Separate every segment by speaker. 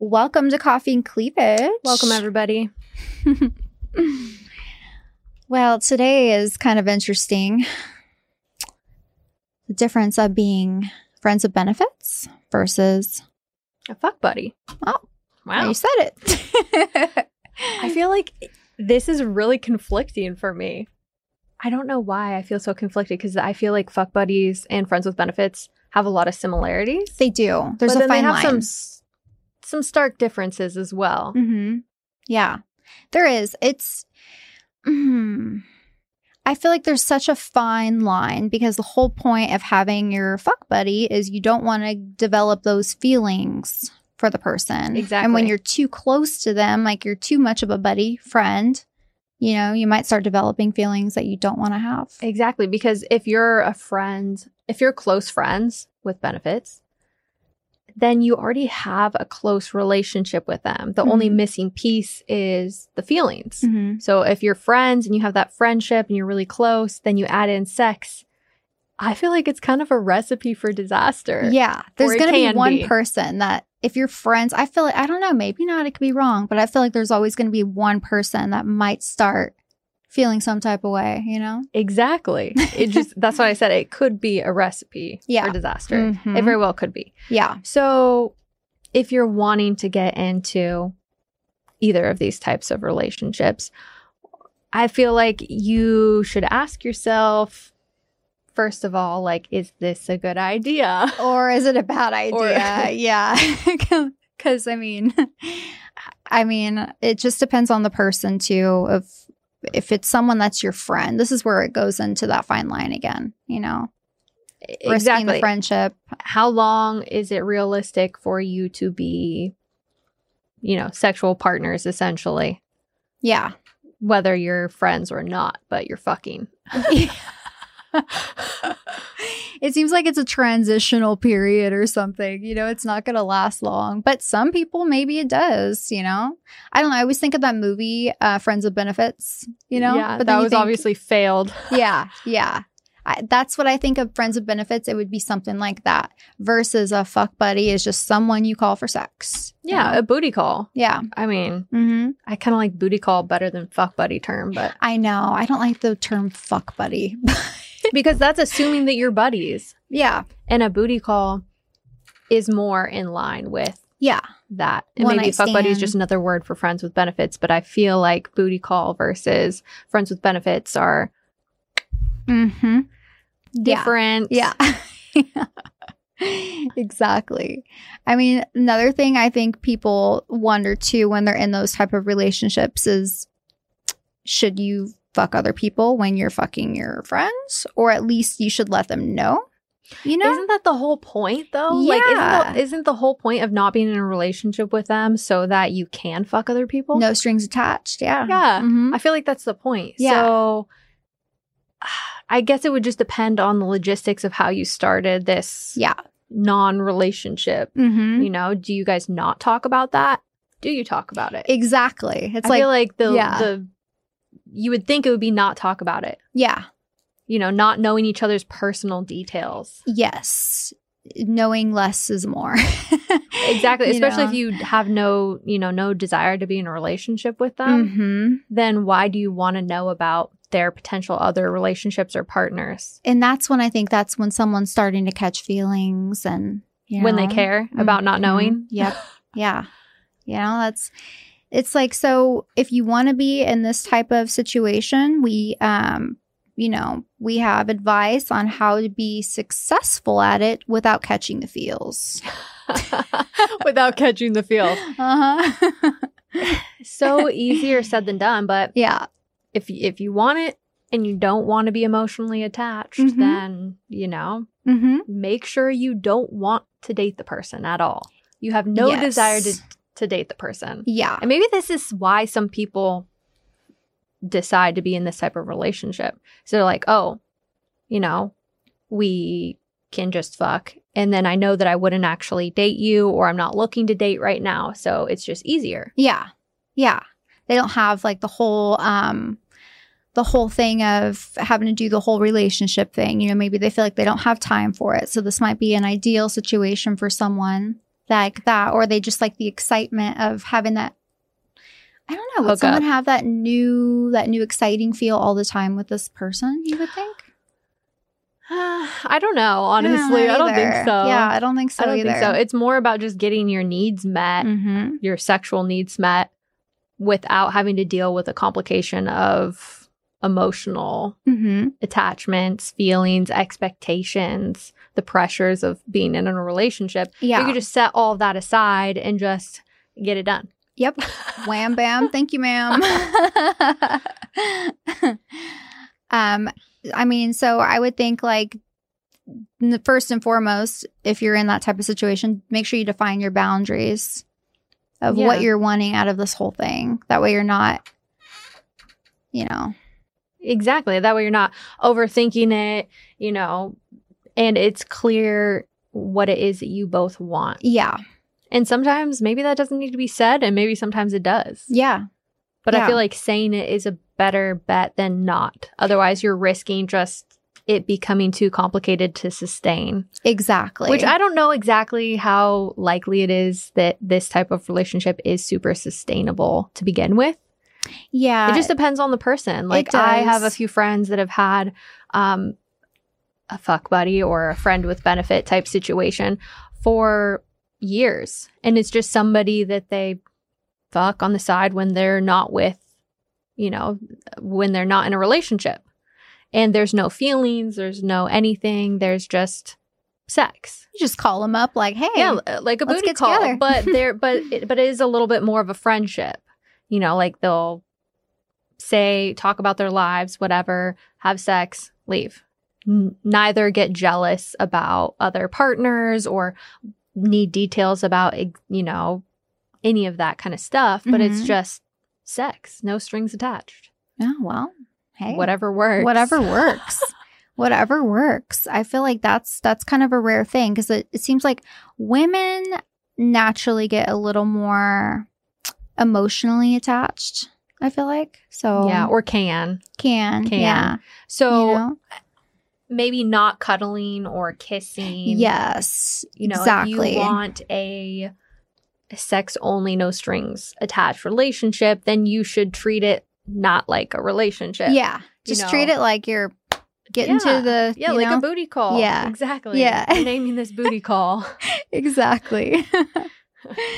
Speaker 1: Welcome to Coffee and Cleavage.
Speaker 2: Welcome, everybody.
Speaker 1: Well, today is kind of interesting. The difference of being friends of benefits versus
Speaker 2: A fuck buddy.
Speaker 1: Oh.
Speaker 2: Wow.
Speaker 1: you said it.
Speaker 2: I feel like this is really conflicting for me. I don't know why I feel so conflicted because I feel like fuck buddies and friends with benefits have a lot of similarities.
Speaker 1: they do. There's
Speaker 2: but
Speaker 1: a
Speaker 2: then
Speaker 1: fine
Speaker 2: they have
Speaker 1: line.
Speaker 2: some s- some stark differences as well.
Speaker 1: Mm-hmm. Yeah, there is. It's. Mm, I feel like there's such a fine line because the whole point of having your fuck buddy is you don't want to develop those feelings for the person. And when
Speaker 2: Exactly.
Speaker 1: you're too close to them, like you're too much of a buddy friend, you know, you might start developing feelings that you don't want to have.
Speaker 2: Exactly, because if you're a friend, if you're close friends with benefits, then you already have a close relationship with them. The only
Speaker 1: Mhm.
Speaker 2: missing piece is the feelings.
Speaker 1: Mhm.
Speaker 2: So if you're friends and you have that friendship and you're really close, then you add in sex. I feel like it's kind of a recipe for disaster.
Speaker 1: Yeah, there's
Speaker 2: it
Speaker 1: going to be
Speaker 2: can
Speaker 1: one
Speaker 2: be.
Speaker 1: person that if you're friends, I feel like I don't know, maybe not, it could be wrong, but I feel like there's always going to be one person that might start feeling some type of way, you know?
Speaker 2: Exactly. It just that's why I said it could be a recipe
Speaker 1: Yeah.
Speaker 2: for disaster.
Speaker 1: Mhm.
Speaker 2: It very well could be.
Speaker 1: Yeah.
Speaker 2: So, if you're wanting to get into either of these types of relationships, I feel like you should ask yourself first of all, like, is this a good idea?
Speaker 1: Or is it a bad
Speaker 2: Or-
Speaker 1: idea? yeah. Cuz I mean I mean, it just depends on the person too of if it's someone that's your friend. This is where it goes into that fine line again, you know. Risking the friendship.
Speaker 2: How long is it realistic for you to be, you know, sexual partners essentially,
Speaker 1: Yeah.
Speaker 2: whether you're friends or not, but you're fucking?
Speaker 1: it seems like it's a transitional period or something. You know, it's not going to last long. But some people, maybe it does. You know, I don't know. I always think of that movie, uh, Friends with Benefits. You know,
Speaker 2: yeah,
Speaker 1: But then
Speaker 2: that
Speaker 1: you
Speaker 2: was
Speaker 1: think-
Speaker 2: obviously failed.
Speaker 1: yeah, yeah. I, that's what I think of friends with benefits. It would be something like that versus a fuck buddy is just someone you call for sex. you
Speaker 2: Yeah,
Speaker 1: know?
Speaker 2: a booty call.
Speaker 1: yeah.
Speaker 2: I mean,
Speaker 1: hmm
Speaker 2: I kind of like booty call better than fuck buddy term, but
Speaker 1: I know. I don't like the term fuck buddy.
Speaker 2: because that's assuming that you're buddies,
Speaker 1: yeah,
Speaker 2: and a booty call is more in line with
Speaker 1: yeah.
Speaker 2: that. And
Speaker 1: One
Speaker 2: maybe
Speaker 1: night
Speaker 2: fuck buddy is
Speaker 1: stand.
Speaker 2: just another word for friends with benefits, but I feel like booty call versus friends with benefits are
Speaker 1: Mm-hmm. Yeah.
Speaker 2: different.
Speaker 1: Yeah. exactly. I mean, another thing I think people wonder too when they're in those type of relationships is should you fuck other people when you're fucking your friends or at least you should let them know? You know?
Speaker 2: Isn't that the whole point though? Like isn't
Speaker 1: Yeah.
Speaker 2: the, isn't the whole point of not being in a relationship with them so that you can fuck other people?
Speaker 1: no strings attached. Yeah.
Speaker 2: Yeah.
Speaker 1: Mhm.
Speaker 2: I feel like that's the point.
Speaker 1: Yeah.
Speaker 2: So I guess it would just depend on the logistics of how you started this
Speaker 1: Yeah.
Speaker 2: non relationship.
Speaker 1: Mhm.
Speaker 2: You know, do you guys not talk about that? Do you talk about it?
Speaker 1: Exactly. It's
Speaker 2: I
Speaker 1: like,
Speaker 2: feel like the
Speaker 1: yeah.
Speaker 2: the you would think it would be not talk about it.
Speaker 1: yeah.
Speaker 2: You know, not knowing each other's personal details.
Speaker 1: Yes. Knowing less is more.
Speaker 2: Exactly.
Speaker 1: You
Speaker 2: Especially
Speaker 1: know?
Speaker 2: if you have no, you know, no desire to be in a relationship with them,
Speaker 1: Mhm.
Speaker 2: then why do you want to know about their potential other relationships or partners?
Speaker 1: And that's when I think that's when someone's starting to catch feelings and you
Speaker 2: when they
Speaker 1: know.
Speaker 2: care about not
Speaker 1: Mhm.
Speaker 2: knowing.
Speaker 1: Yep. Yeah. You know, that's it's like so if you want to be in this type of situation, we um you know, we have advice on how to be successful at it without catching the feels.
Speaker 2: Mm-hmm. Without catching the feel.
Speaker 1: Uh-huh.
Speaker 2: So easier said than done, but
Speaker 1: yeah.
Speaker 2: if if you want it and you don't want to be emotionally attached,
Speaker 1: Mhm.
Speaker 2: then, you know,
Speaker 1: Mhm.
Speaker 2: make sure you don't want to date the person at all. You have no
Speaker 1: Yes.
Speaker 2: desire to to date the person.
Speaker 1: Yeah.
Speaker 2: And maybe this is why some people decide to be in this type of relationship. So they're like, oh, you know, we can just fuck. And then I know that I wouldn't actually date you or I'm not looking to date right now. So it's just easier.
Speaker 1: Yeah. Yeah. They don't have like the whole um the whole thing of having to do the whole relationship thing. You know, maybe they feel like they don't have time for it. So this might be an ideal situation for someone like that, or they just like the excitement of having that. I don't know. Would
Speaker 2: Hook
Speaker 1: someone
Speaker 2: up.
Speaker 1: have that new, that new exciting feel all the time with this person? You would think.
Speaker 2: I don't know, honestly. I don't, think
Speaker 1: either.
Speaker 2: so.
Speaker 1: Yeah, I don't think so
Speaker 2: I don't
Speaker 1: either.
Speaker 2: think so. It's more about just getting your needs met,
Speaker 1: Mhm.
Speaker 2: your sexual needs met, without having to deal with a complication of emotional
Speaker 1: Mhm.
Speaker 2: attachments, feelings, expectations, the pressures of being in a relationship. You
Speaker 1: Yeah.
Speaker 2: could just set all of that aside and just get it done.
Speaker 1: yep. Wham bam. Thank you, ma'am. um, I mean, so I would think like n- first and foremost, if you're in that type of situation, make sure you define your boundaries of what
Speaker 2: Yeah.
Speaker 1: you're wanting out of this whole thing. That way, you're not, you know,
Speaker 2: Exactly. That way you're not overthinking it, you know, and it's clear what it is that you both want.
Speaker 1: yeah,
Speaker 2: And sometimes maybe that doesn't need to be said, and maybe sometimes it does.
Speaker 1: yeah,
Speaker 2: But
Speaker 1: yeah.
Speaker 2: I feel like saying it is a better bet than not. Otherwise, you're risking just it becoming too complicated to sustain.
Speaker 1: exactly.
Speaker 2: Which I don't know exactly how likely it is that this type of relationship is super sustainable to begin with.
Speaker 1: yeah,
Speaker 2: It just depends on the person. Like
Speaker 1: Uh, does.
Speaker 2: I have a few friends that have had um a fuck buddy or a friend with benefit type situation for years. And it's just somebody that they fuck on the side when they're not with, you know, when they're not in a relationship. And there's no feelings, there's no anything, there's just sex.
Speaker 1: you just call them up like, hey,
Speaker 2: Yeah, l- like a
Speaker 1: let's
Speaker 2: booty
Speaker 1: get
Speaker 2: call,
Speaker 1: together.
Speaker 2: but there, but it, but it is a little bit more of a friendship. You know, like they'll say, talk about their lives, whatever, have sex, leave. N- neither get jealous about other partners or need details about eh, you know any of that kind of stuff. But it's
Speaker 1: Mhm.
Speaker 2: just sex, no strings attached.
Speaker 1: oh well, hey,
Speaker 2: Whatever works.
Speaker 1: whatever works whatever works i feel like that's that's kind of a rare thing because it, it seems like women naturally get a little more emotionally attached i feel like so
Speaker 2: Yeah, or can.
Speaker 1: can,
Speaker 2: can,
Speaker 1: yeah
Speaker 2: So
Speaker 1: you know?
Speaker 2: maybe not cuddling or kissing.
Speaker 1: yes
Speaker 2: you know if
Speaker 1: exactly
Speaker 2: you want a sex only no strings attached relationship then you should treat it not like a relationship
Speaker 1: yeah
Speaker 2: you
Speaker 1: just
Speaker 2: know.
Speaker 1: treat it like you're getting
Speaker 2: Yeah.
Speaker 1: to the
Speaker 2: yeah
Speaker 1: you
Speaker 2: like
Speaker 1: know?
Speaker 2: a booty call
Speaker 1: Yeah.
Speaker 2: exactly
Speaker 1: Yeah.
Speaker 2: We're naming this booty call
Speaker 1: exactly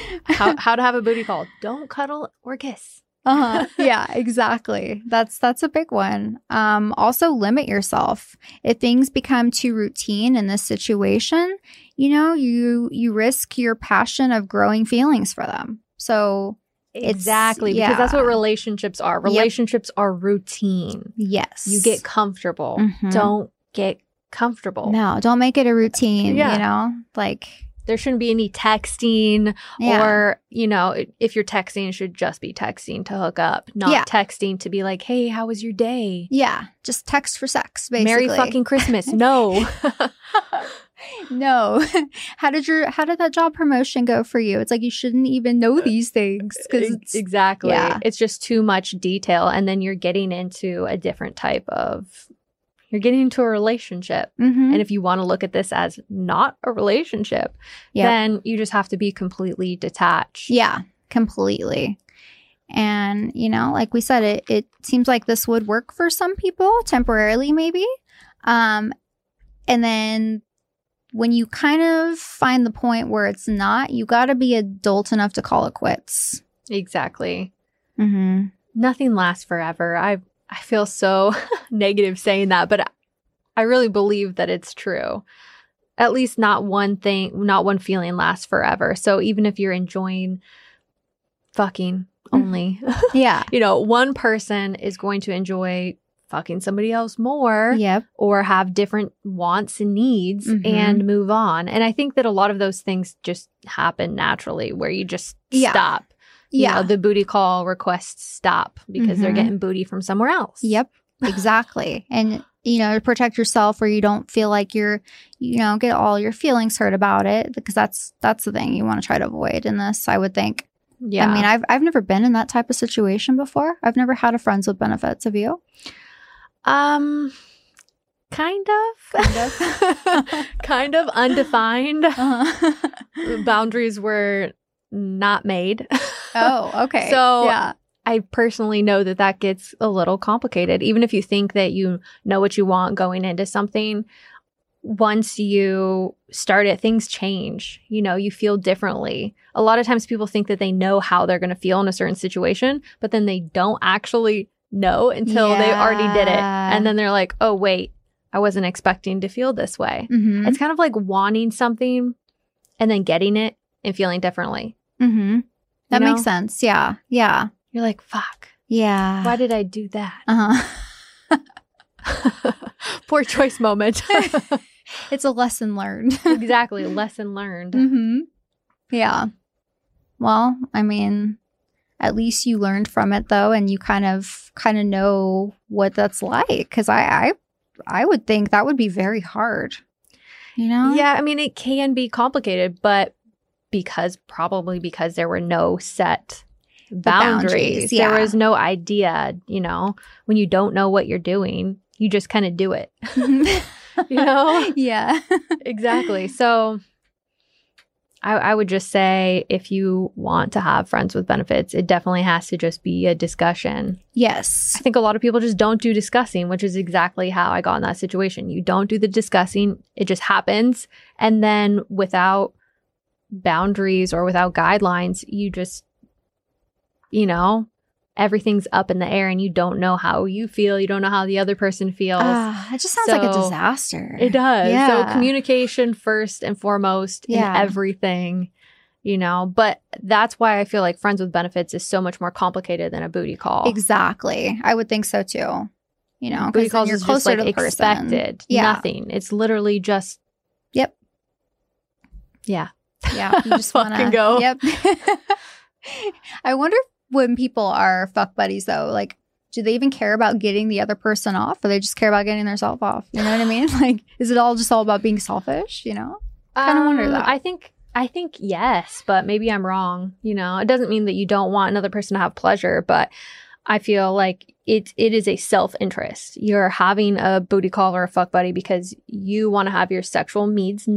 Speaker 2: how, how to have a booty call don't cuddle or kiss
Speaker 1: uh-huh. yeah exactly that's that's a big one um also limit yourself if things become too routine in this situation you know you you risk your passion of growing feelings for them so It's-
Speaker 2: exactly because that's what
Speaker 1: yeah.
Speaker 2: relationships are
Speaker 1: Yep.
Speaker 2: relationships are routine
Speaker 1: yes
Speaker 2: you get comfortable
Speaker 1: Mhm.
Speaker 2: don't get comfortable
Speaker 1: no don't make it a routine
Speaker 2: Yeah.
Speaker 1: you know like
Speaker 2: there shouldn't be any texting
Speaker 1: yeah
Speaker 2: Or, you know, i- if you're texting, it should just be texting to hook up, not
Speaker 1: Yeah.
Speaker 2: texting to be like, hey, how was your day?
Speaker 1: yeah just text for sex basically
Speaker 2: Merry fucking Christmas. No.
Speaker 1: no how did your how did that job promotion go for you it's like you shouldn't even know these things because
Speaker 2: Ex- exactly.
Speaker 1: yeah.
Speaker 2: It's just too much detail. And then you're getting into a different type of, you're getting into a relationship.
Speaker 1: Mm-hmm.
Speaker 2: And if you want to look at this as not a relationship,
Speaker 1: Yep.
Speaker 2: then you just have to be completely detached.
Speaker 1: Yeah, completely. And, you know, like we said, it, it seems like this would work for some people temporarily, maybe. Um, and then when you kind of find the point where it's not, you got to be adult enough to call it quits.
Speaker 2: Exactly.
Speaker 1: Mm-hmm.
Speaker 2: nothing lasts forever. I I feel so negative saying that, but I really believe that it's true. At least not one thing, not one feeling lasts forever. So even if you're enjoying fucking only,
Speaker 1: Yeah.
Speaker 2: you know, one person is going to enjoy fucking somebody else more
Speaker 1: yep.
Speaker 2: or have different wants and needs
Speaker 1: Mhm.
Speaker 2: and move on. And I think that a lot of those things just happen naturally where you just
Speaker 1: Yeah.
Speaker 2: stop you know,
Speaker 1: Yeah.
Speaker 2: the booty call requests stop because they're
Speaker 1: Mhm.
Speaker 2: getting booty from somewhere else.
Speaker 1: Yep. Exactly. and, you know, to protect yourself where you don't feel like you're, you know, get all your feelings hurt about it because that's, that's the thing you want to try to avoid in this, I would think.
Speaker 2: Yeah.
Speaker 1: I mean, I've I've never been in that type of situation before. I've never had a friends with benefits. Have you?
Speaker 2: um, kind of
Speaker 1: Kind of.
Speaker 2: kind of undefined
Speaker 1: Uh-huh.
Speaker 2: boundaries were not made
Speaker 1: oh, okay.
Speaker 2: So-
Speaker 1: yeah,
Speaker 2: i personally know that that gets a little complicated even if you think that you know what you want going into something once you start it things change you know you feel differently a lot of times people think that they know how they're going to feel in a certain situation but then they don't actually know until they already did it
Speaker 1: Yeah.
Speaker 2: and then they're like oh wait i wasn't expecting to feel this way
Speaker 1: mm-hmm.
Speaker 2: It's kind of like wanting something and then getting it and feeling differently.
Speaker 1: Mm-hmm. that
Speaker 2: know?
Speaker 1: makes sense. Yeah, yeah,
Speaker 2: You're like, fuck,
Speaker 1: yeah.
Speaker 2: why did I do that?
Speaker 1: Uh-huh.
Speaker 2: Poor choice moment.
Speaker 1: It's a lesson learned.
Speaker 2: exactly. Lesson learned.
Speaker 1: mm-hmm. Yeah. Well, I mean, at least you learned from it though, and you kind of kind of know what that's like. Because I, I, I would think that would be very hard. You know?
Speaker 2: Yeah. I mean, it can be complicated, but because probably because there were no set boundaries,
Speaker 1: boundaries, yeah.
Speaker 2: there was no idea, you know, when you don't know what you're doing, you just kind of do it,
Speaker 1: Yeah.
Speaker 2: you know?
Speaker 1: yeah.
Speaker 2: exactly. So I, I would just say if you want to have friends with benefits, it definitely has to just be a discussion. I
Speaker 1: Yes.
Speaker 2: think a lot of people just don't do discussing, which is exactly how I got in that situation. You don't do the discussing, it just happens. And then without boundaries or without guidelines, you just, you know, everything's up in the air and you don't know how you feel. You don't know how the other person feels.
Speaker 1: Ah, it just sounds like a
Speaker 2: So,
Speaker 1: disaster.
Speaker 2: It does.
Speaker 1: Yeah.
Speaker 2: So communication first and foremost
Speaker 1: Yeah.
Speaker 2: in everything, you know. But that's why I feel like friends with benefits is so much more complicated than a booty call.
Speaker 1: Exactly. I would think so too. You know,
Speaker 2: Booty
Speaker 1: because
Speaker 2: calls
Speaker 1: you're
Speaker 2: is
Speaker 1: closer
Speaker 2: just like
Speaker 1: to the person.
Speaker 2: expected.
Speaker 1: Yeah.
Speaker 2: Nothing. It's literally just
Speaker 1: Yep.
Speaker 2: Yeah.
Speaker 1: Yeah, you just want to
Speaker 2: Fucking go.
Speaker 1: Yep. I wonder if when people are fuck buddies though, like, do they even care about getting the other person off, or they just care about getting themselves off? You know what I mean? Like, is it all just all about being selfish? You know? Kinda wonder that.
Speaker 2: Um, I think I think yes, but maybe I'm wrong. You know, it doesn't mean that you don't want another person to have pleasure, but I feel like it it is a self interest. You're having a booty call or a fuck buddy because you want to have your sexual needs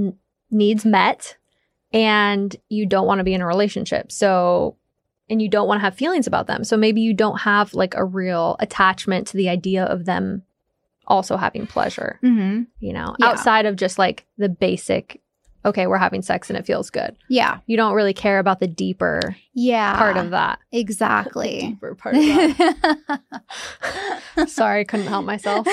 Speaker 2: needs met, and you don't want to be in a relationship. So, and you don't want to have feelings about them. So maybe you don't have like a real attachment to the idea of them also having pleasure
Speaker 1: Mm-hmm.
Speaker 2: you know,
Speaker 1: Yeah.
Speaker 2: outside of just like the basic, okay, we're having sex and it feels good.
Speaker 1: Yeah.
Speaker 2: You don't really care about the deeper
Speaker 1: Yeah.
Speaker 2: part of that.
Speaker 1: exactly.
Speaker 2: deeper part of that. Sorry, I couldn't help myself.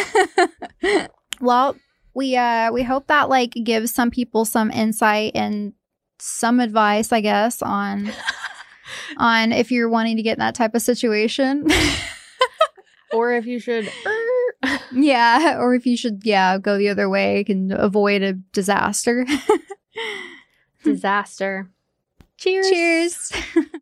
Speaker 1: well, we uh we hope that like gives some people some insight and some advice, I guess, on on if you're wanting to get in that type of situation.
Speaker 2: Or if you should. er,
Speaker 1: yeah, or if you should yeah, go the other way and avoid a disaster.
Speaker 2: Disaster. Cheers.
Speaker 1: Cheers.